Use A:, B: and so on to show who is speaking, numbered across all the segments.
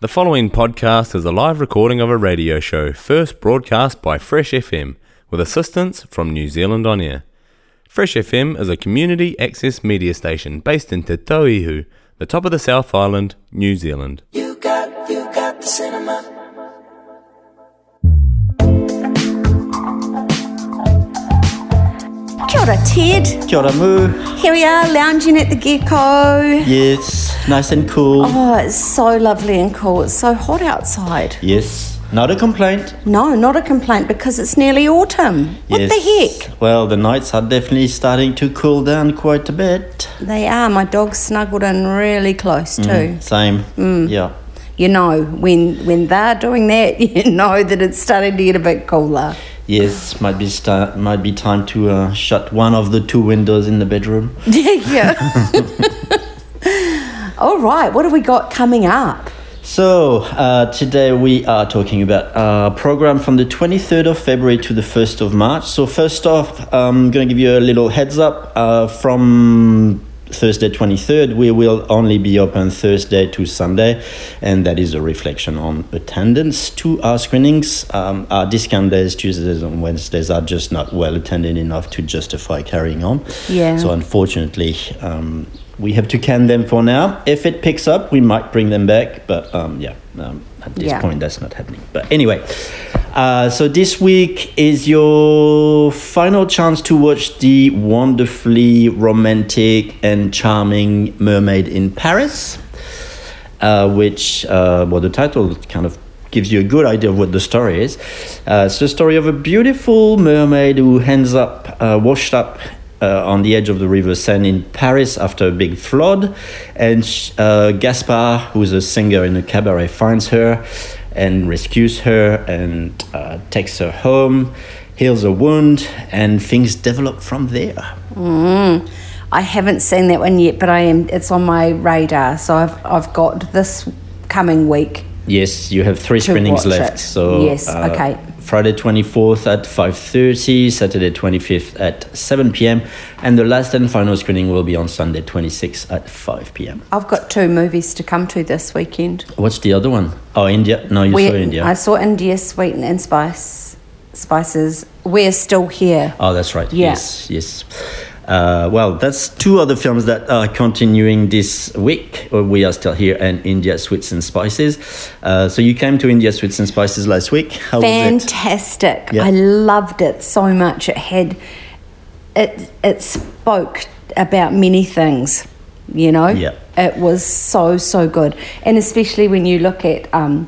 A: The following podcast is a live recording of a radio show first broadcast by Fresh FM with assistance from New Zealand On Air. Fresh FM is a community access media station based in Te Tauihu, the top of the South Island, New Zealand.
B: You got, you got the cinema.
C: Kia ora, Ted.
D: Kia ora mu.
C: Here we are lounging at the gecko.
D: Yes, nice and cool.
C: Oh, it's so lovely and cool. It's so hot outside.
D: Yes, not a complaint.
C: No, not a complaint because it's nearly autumn. What
D: yes.
C: the
D: heck? Well, the nights are definitely starting to cool down quite a bit.
C: heck? They are. My dog's snuggled in really close too.
D: Same.
C: Mm.
D: Yeah.
C: You know, when when they're doing that, you know that it's starting to get a bit cooler.
D: Yes, might be sta- might be time to uh, shut one of the two windows in the bedroom.
C: yeah. All right, what have we got coming up?
D: So uh, today we are talking about a program from the 23rd of February to the 1st of March. So first off, I'm going to give you a little heads up. Uh, from Thursday 23rd, we will only be open Thursday to Sunday, and that is a reflection on attendance to our screenings. Um, our discount days, Tuesdays and Wednesdays, are just not well attended enough to justify carrying on.
C: Yeah.
D: So unfortunately, um, we have to can them for now. If it picks up, we might bring them back, but um, yeah, um, at this
C: Yeah.
D: point, that's not happening. But anyway, uh, so this week is your final chance to watch the wonderfully romantic and charming Mermaid in Paris, uh, which, uh, well, the title kind of gives you a good idea of what the story is. Uh, it's the story of a beautiful mermaid who ends up uh, washed up. Uh, on the edge of the River Seine in Paris after a big flood, and sh- uh, Gaspar, who's a singer in a cabaret, finds her and rescues her and uh, takes her home, heals a wound, and things develop from there.
C: I haven't seen that one yet, but I am. It's on my radar, so I've I've got this coming week.
D: Yes, you have three
C: To watch
D: screenings left.
C: it.
D: So uh,
C: Yes, okay.
D: Friday 24th at 5:30, Saturday 25th at 7 p.m., and the last and final screening will be on Sunday 26th at 5 p.m.
C: I've got two movies to come to this weekend.
D: What's the other one? Oh, India. No, you
C: Where-
D: saw India.
C: I saw India, Sweeten and Spice, Spices. We're still here.
D: Oh, that's right.
C: Yeah.
D: Yes, yes. Uh, well, that's two other films that are continuing this week. Uh, We are still here and India Sweets and Spices. Uh, so you came to India Sweets and Spices last week. How was it?
C: Fantastic!
D: Yeah.
C: I loved it so much. It had, it it spoke about many things. You know,
D: Yeah.
C: it was so so good, and especially when you look at. Um,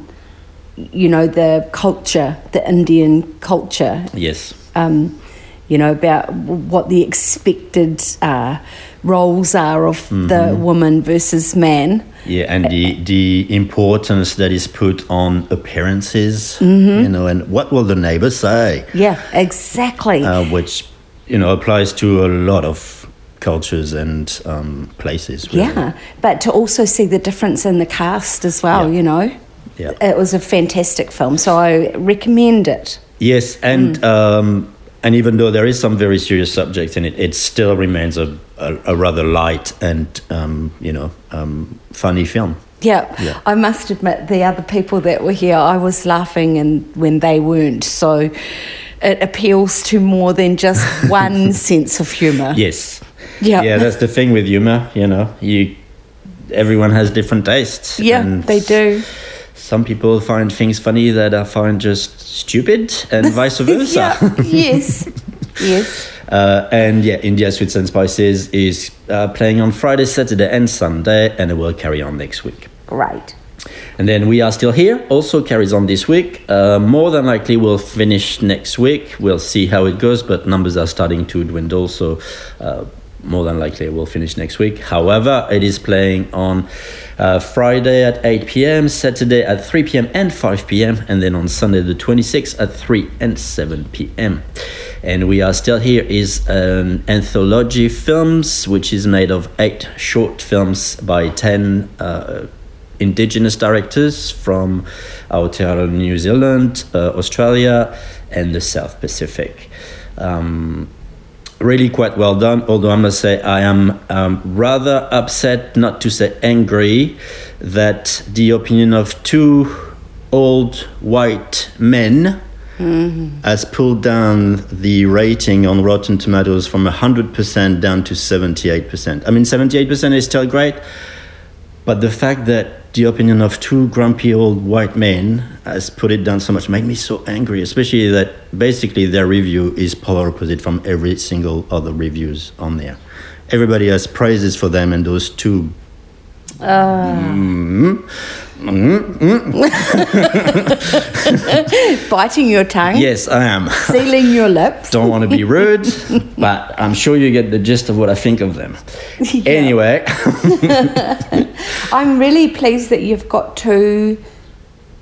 C: you know the culture, the Indian culture
D: Yes.
C: um, you know, about w- what the expected uh, roles are of the
D: Mm-hmm.
C: woman versus man.
D: Yeah, and the the importance that is put on appearances,
C: Mm-hmm.
D: you know, and what will the neighbor say,
C: Yeah, exactly.
D: uh, which you know applies to a lot of cultures and um, places. really.
C: yeah, but to also see the difference in the cast as well,
D: Yeah.
C: you know.
D: Yeah.
C: It was a fantastic film, so I recommend it.
D: Yes,
C: Mm.
D: and um, and even though there is some very serious subjects in it, it still remains a, a, a rather light and um, you know um, funny film.
C: Yeah.
D: Yeah.
C: I must admit the other people that were here, I was laughing and when they weren't. So it appeals to more than just one sense of humour.
D: Yes.
C: Yeah.
D: Yeah, that's the thing with humor. You know, you everyone has different tastes.
C: Yeah,
D: and
C: they do.
D: Some people find things funny that I find just stupid, and vice versa.
C: Yeah, yes. Yes.
D: Uh, and yeah, India Sweets and Spices is uh, playing on Friday, Saturday, and Sunday, and it will carry on next week.
C: Great.
D: And then we are still here. Also carries on this week. Uh, more than likely, we'll finish next week. We'll see how it goes, but numbers are starting to dwindle. So, uh, more than likely, we'll finish next week. However, it is playing on uh, Friday at 8 p.m., Saturday at 3 p.m. and 5 p.m., and then on Sunday the 26th at 3 and 7 p.m. And we are still here is an anthology films, which is made of eight short films by 10. Uh, indigenous directors from Aotearoa New Zealand, uh, Australia, and the South Pacific. Um, really quite well done. Although I must say, I am um, rather upset, not to say angry, that the opinion of two old white men has pulled down the rating on Rotten Tomatoes from 100% down to 78%. I mean, 78% is still great, but the fact that the opinion of two grumpy old white men has put it down so much made me so angry, especially that basically their review is polar opposite from every single other reviews on there. Everybody has praises for them, and those two. Mm, mm, mm.
C: Biting your tongue,
D: Yes, I am.
C: sealing your lips.
D: Don't want to be rude, but I'm sure you get the gist of what I think of them. Anyway,
C: I'm really pleased that you've got two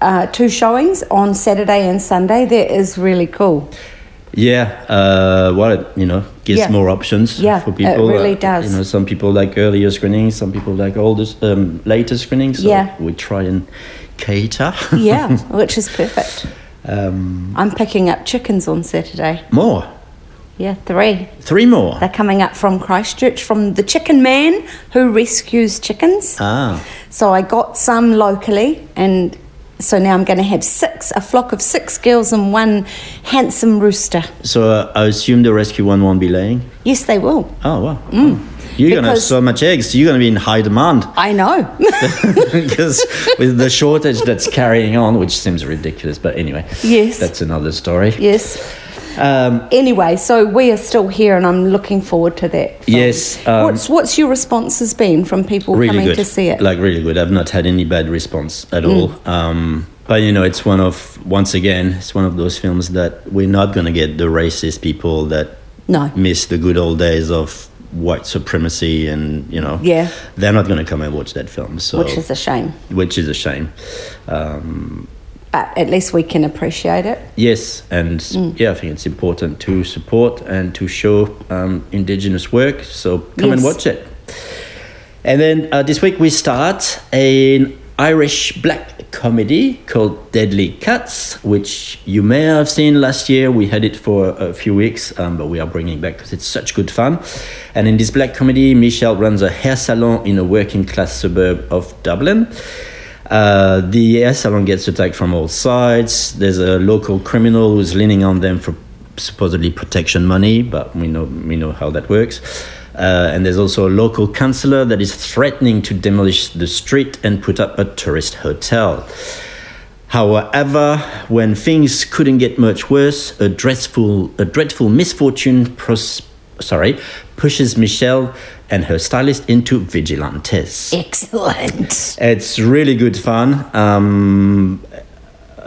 C: uh, two showings on Saturday and Sunday. That is really cool.
D: yeah, uh, well, it, you know, gives
C: Yeah.
D: more options
C: Yeah,
D: for
C: it
D: people.
C: really
D: Uh,
C: does.
D: You know, some people like earlier screenings, some people like older, um, later screenings. So
C: Yeah.
D: we try and cater.
C: Yeah, which is perfect.
D: um,
C: I'm picking up chickens on Saturday.
D: more,
C: Yeah, three.
D: three more.
C: They're coming up from Christchurch from the chicken man who rescues chickens.
D: ah,
C: So I got some locally, and so now I'm going to have six, a flock of six girls and one handsome rooster.
D: so uh, I assume the rescue one won't be laying.
C: Yes, they will.
D: Oh wow. You're gonna
C: Mm.
D: have
C: because-
D: so much eggs. You're gonna be in high demand.
C: I know.
D: because with the shortage that's carrying on, which seems ridiculous, but anyway,
C: Yes.
D: that's another story.
C: yes.
D: Um,
C: Anyway, so we are still here, and I'm looking forward to that. film.
D: Yes, um,
C: what's what's your responses been from people
D: really
C: coming
D: good,
C: to see it? Mm.
D: like really good. I've not had any bad response at all. Um, but you know, it's one of once again, it's one of those films that we're not gonna get the racist people that
C: No.
D: miss the good old days of white supremacy and you know
C: Yeah.
D: they're not going to come and watch that film so
C: which is a shame,
D: which is a shame um
C: but at least we can appreciate it.
D: Yes, and
C: Mm.
D: yeah, I think it's important to support and to show um, Indigenous work. So come and
C: Yes.
D: watch it. And then uh, this week we start an Irish black comedy called Deadly Cuts, which you may have seen last year. We had it for a few weeks, um, but we are bringing it back because it's such good fun. And in this black comedy, Michelle runs a hair salon in a working class suburb of Dublin. Uh, the hair salon gets attacked from all sides. There's a local criminal who's leaning on them for supposedly protection money, but we know we know how that works. Uh, and there's also a local councillor that is threatening to demolish the street and put up a tourist hotel. However, when things couldn't get much worse, a dreadful, a dreadful misfortune pros- sorry, pushes Michelle and her stylist into vigilantes.
C: Excellent.
D: It's really good fun. Um,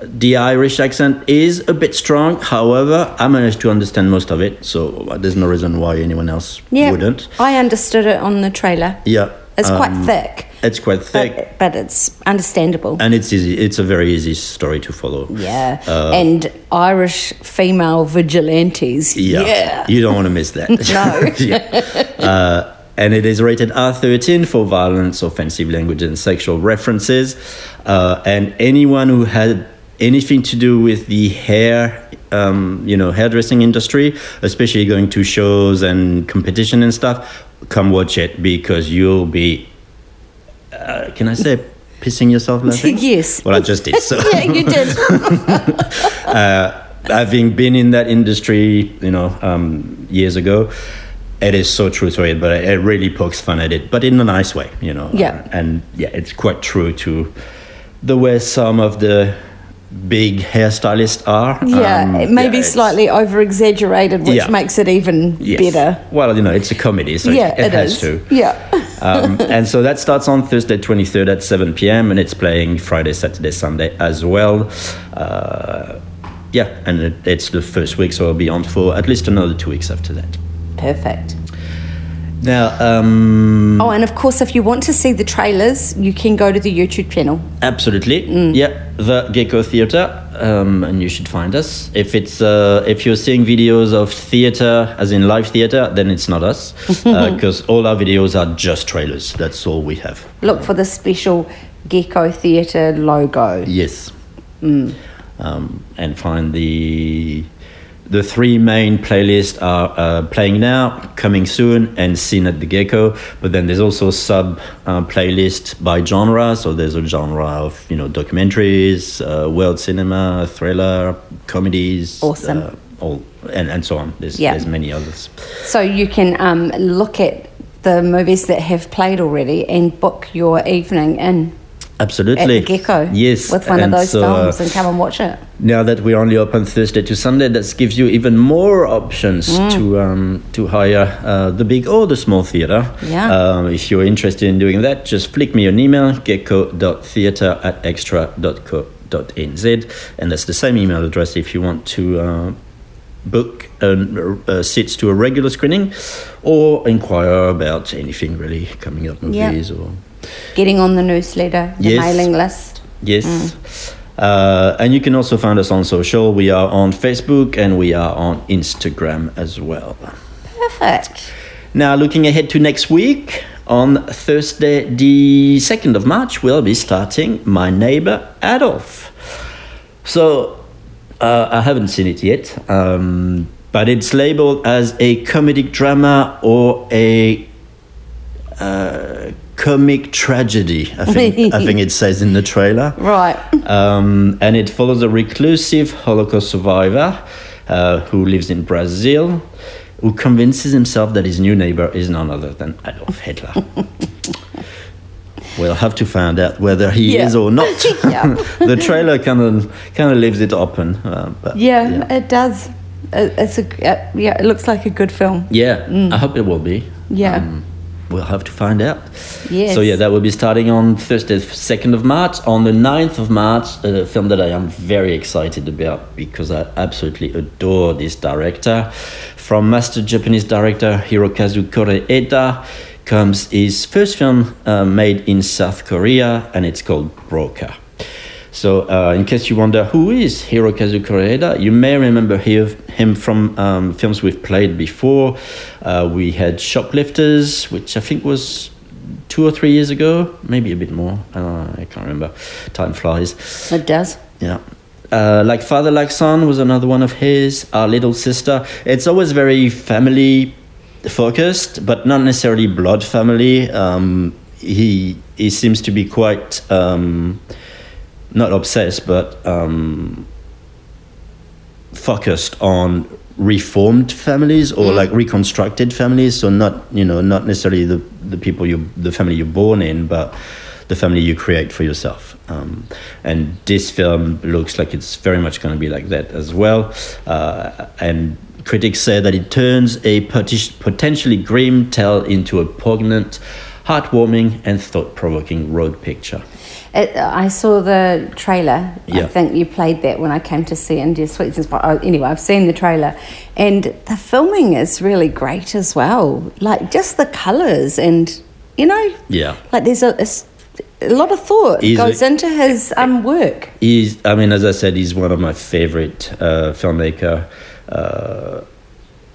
D: the Irish accent is a bit strong, however, I managed to understand most of it, so there's no reason why anyone else
C: Yeah,
D: wouldn't.
C: I understood it on the trailer.
D: Yeah,
C: it's quite
D: um,
C: thick. Uh,
D: It's quite thick,
C: but, but it's understandable.
D: and it's easy. It's a very easy story to follow.
C: yeah,
D: uh,
C: and Irish female vigilantes.
D: Yeah.
C: yeah.
D: You don't want to miss that.
C: No.
D: Yeah. Uh, and it is rated R13 for violence, offensive language, and sexual references. Uh, and anyone who had anything to do with the hair, um, you know, hairdressing industry, especially going to shows and competition and stuff, come watch it because you'll be, uh, can I say, pissing yourself laughing?
C: Yes.
D: Well, I just did. So.
C: yeah, you did.
D: having been in that industry, you know, um, years ago, it is so true to it, but it really pokes fun at it, but in a nice way, you know.
C: Yeah.
D: Uh, and yeah, it's quite true to the way some of the big hairstylists are.
C: Yeah,
D: Um,
C: it may
D: yeah,
C: be
D: it's-
C: slightly over exaggerated, which
D: Yeah.
C: makes it even
D: yes.
C: better.
D: Well, you know, it's a comedy, so
C: yeah,
D: it, it has
C: is.
D: to.
C: Yeah.
D: um, and so that starts on Thursday, 23rd at 7 p.m. and it's playing Friday, Saturday, Sunday as well. Uh, yeah, and it, it's the first week, so I'll be on for at least another two weeks after that.
C: Perfect.
D: Now, um,
C: Oh, and of course, if you want to see the trailers, you can go to the YouTube channel.
D: absolutely, yeah, the Gecko Theatre, um, and you should find us. If it's uh, if you're seeing videos of theatre, as in live theatre, then it's not us, because all our videos are just trailers. That's all we have.
C: Look for the special Gecko Theatre logo. Mm.
D: Yes. Um, and find the The three main playlists are uh, playing now, coming soon, and seen at the gecko. But then there's also sub uh, playlist by genre. So there's a genre of you know documentaries, uh, world cinema, thriller, comedies,
C: Awesome.
D: uh, all and, and so on. There's
C: Yeah.
D: there's many others.
C: So you can um, look at the movies that have played already and book your evening in at
D: Absolutely.
C: the Gecko.
D: Yes.
C: with one
D: and
C: of those
D: so, uh,
C: films and come and watch it.
D: now that we're only open Thursday to Sunday, that gives you even more options
C: Mm.
D: to um, to hire uh, the big or the small theater.
C: Yeah.
D: Um, if you're interested in doing that, just flick me an email, gecko.theater at extra.co.nz. And that's the same email address if you want to uh, book um, uh, seats to a regular screening or inquire about anything really coming up
C: Yeah.
D: movies or
C: Getting on the newsletter, the
D: Yes.
C: mailing list.
D: Yes. Uh, and you can also find us on social. We are on Facebook and we are on Instagram as well.
C: Perfect.
D: Now, looking ahead to next week, on Thursday, the 2nd of March, we'll be starting My Neighbor Adolf. So, uh, I haven't seen it yet, um, but it's labeled as a comedic drama or a uh, comic tragedy, I think, I think it says in the trailer
C: Right.
D: um, and it follows a reclusive Holocaust survivor uh, who lives in Brazil, who convinces himself that his new neighbor is none other than Adolf Hitler. we'll have to find out whether he
C: Yeah.
D: is or not.
C: Yeah.
D: the trailer kind of kind of leaves it open. Uh, but
C: Yeah, it does. It, it's a uh, yeah. It looks like a good film.
D: Yeah,
C: Mm.
D: I hope it will be.
C: Yeah.
D: Um, we'll have to find out.
C: Yes.
D: So yeah, that will be starting on Thursday, second of March. On the 9th of March, uh, a film that I am very excited about because I absolutely adore this director. From master Japanese director Hirokazu Koreeda comes his first film uh, made in South Korea, and it's called Broker. So, uh, in case you wonder who is Hirokazu Koreeda, you may remember he- him from um, films we've played before. Uh, we had Shoplifters, which I think was two or three years ago, maybe a bit more. I don't know, I can't remember. Time flies.
C: It does.
D: Yeah. Uh, like Father Like Son was another one of his. Our Little Sister. It's always very family focused, but not necessarily blood family. Um, he he seems to be quite um, not obsessed, but um, focused on reformed families or like reconstructed families so not you know not necessarily the the people you the family you're born in but the family you create for yourself um, and this film looks like it's very much going to be like that as well uh, and critics say that it turns a potish- potentially grim tale into a poignant heartwarming and thought-provoking road picture
C: It, uh, I saw the trailer.
D: Yeah.
C: I think you played that when I came to see India Sweets. But uh, anyway, I've seen the trailer, and the filming is really great as well. Like just the colours, and you know,
D: Yeah.
C: like there's a, it's- a lot of thought
D: Is
C: goes
D: it-
C: into his um, work.
D: He's, I mean, as I said, he's one of my favorite uh, filmmaker. Uh,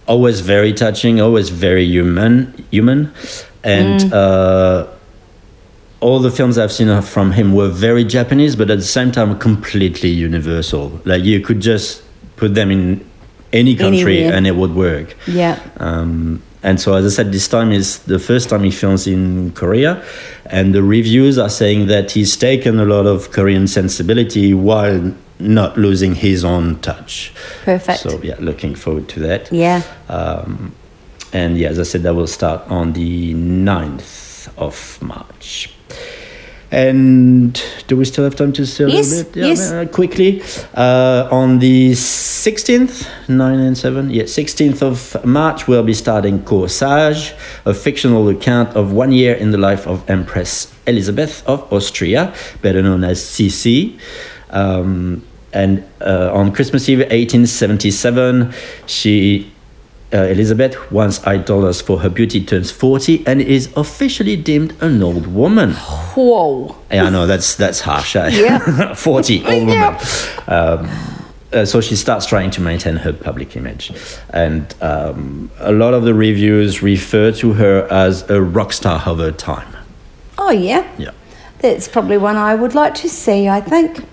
D: always very touching, always very human, human, and uh, all the films I've seen from him were very Japanese, but at the same time, completely universal. Like you could just put them in any country
C: Anywhere.
D: and it would work.
C: Yeah.
D: Um, and so, as I said, this time is the first time he films in Korea, and the reviews are saying that he's taken a lot of Korean sensibility while not losing his own touch.
C: Perfect.
D: So, yeah, looking forward to that.
C: Yeah.
D: Um, and yeah, as I said, that will start on the 9th of March. And do we still have time to say a
C: Yes,
D: little bit? Yeah,
C: yes.
D: uh, quickly. Uh, on the 16th, 9 and 7, yeah, 16th of March, we'll be starting Corsage, a fictional account of one year in the life of Empress Elizabeth of Austria, better known as CC. Um, and uh, on Christmas Eve 1877, she uh, Elizabeth, once idolized for her beauty, turns 40 and is officially deemed an old woman.
C: Whoa.
D: Yeah, I know that's that's harsh. eh?
C: Yeah.
D: forty old woman.
C: Yeah.
D: Um, uh, so she starts trying to maintain her public image, and um, a lot of the reviews refer to her as a rock star of her time.
C: Oh yeah.
D: Yeah.
C: That's probably one I would like to see. I think.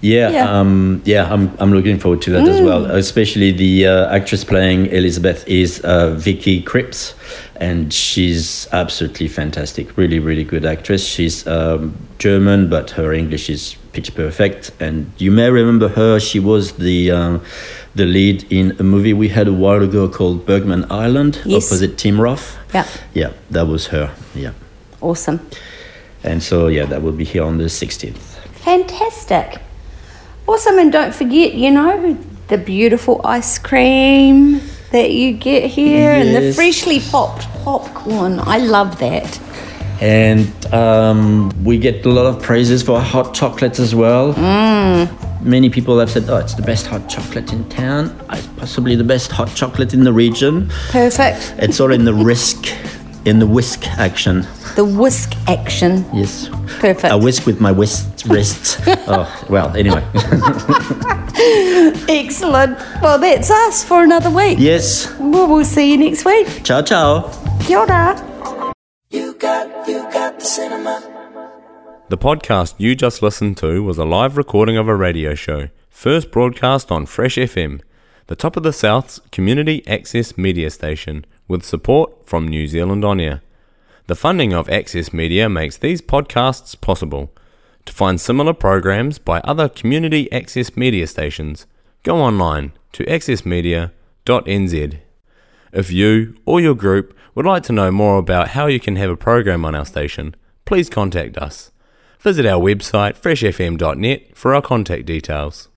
D: Yeah,
C: Yeah. Mm.
D: Um, yeah, I'm, I'm looking forward to that as well. Especially the uh, actress playing Elizabeth is uh, Vicky Cripps, and she's absolutely fantastic. Really, really good actress. She's um, German, but her English is pitch perfect. And you may remember her. She was the um the lead in a movie we had a while ago called Bergman Island,
C: Yes.
D: opposite Tim Roth.
C: Yeah.
D: yeah, that was her. Yeah,
C: Awesome.
D: and so yeah, that will be here on the 16th.
C: Fantastic. Awesome. And don't forget, you know, the beautiful ice cream that you get here and the
D: Yes.
C: freshly popped popcorn. I love that.
D: and um, we get a lot of praises for hot chocolates as well. Many people have said, "Oh, it's the best hot chocolate in town. Uh, It's possibly the best hot chocolate in the region."
C: Perfect.
D: It's all in the risk, in the whisk action.
C: The whisk action.
D: Yes,
C: Perfect.
D: I whisk with my whisk wrist. oh well, anyway.
C: Excellent. Well, that's us for another week.
D: yes,
C: Well, we'll see you next week.
D: ciao ciao.
C: Kia ora.
B: You got, you got the cinema.
A: The podcast you just listened to was a live recording of a radio show, first broadcast on Fresh FM, the top of the South's community access media station, with support from New Zealand On Air. The funding of Access Media makes these podcasts possible. To find similar programs by other community access media stations, go online to accessmedia.nz. If you or your group would like to know more about how you can have a program on our station, please contact us. Visit our website freshfm.net for our contact details.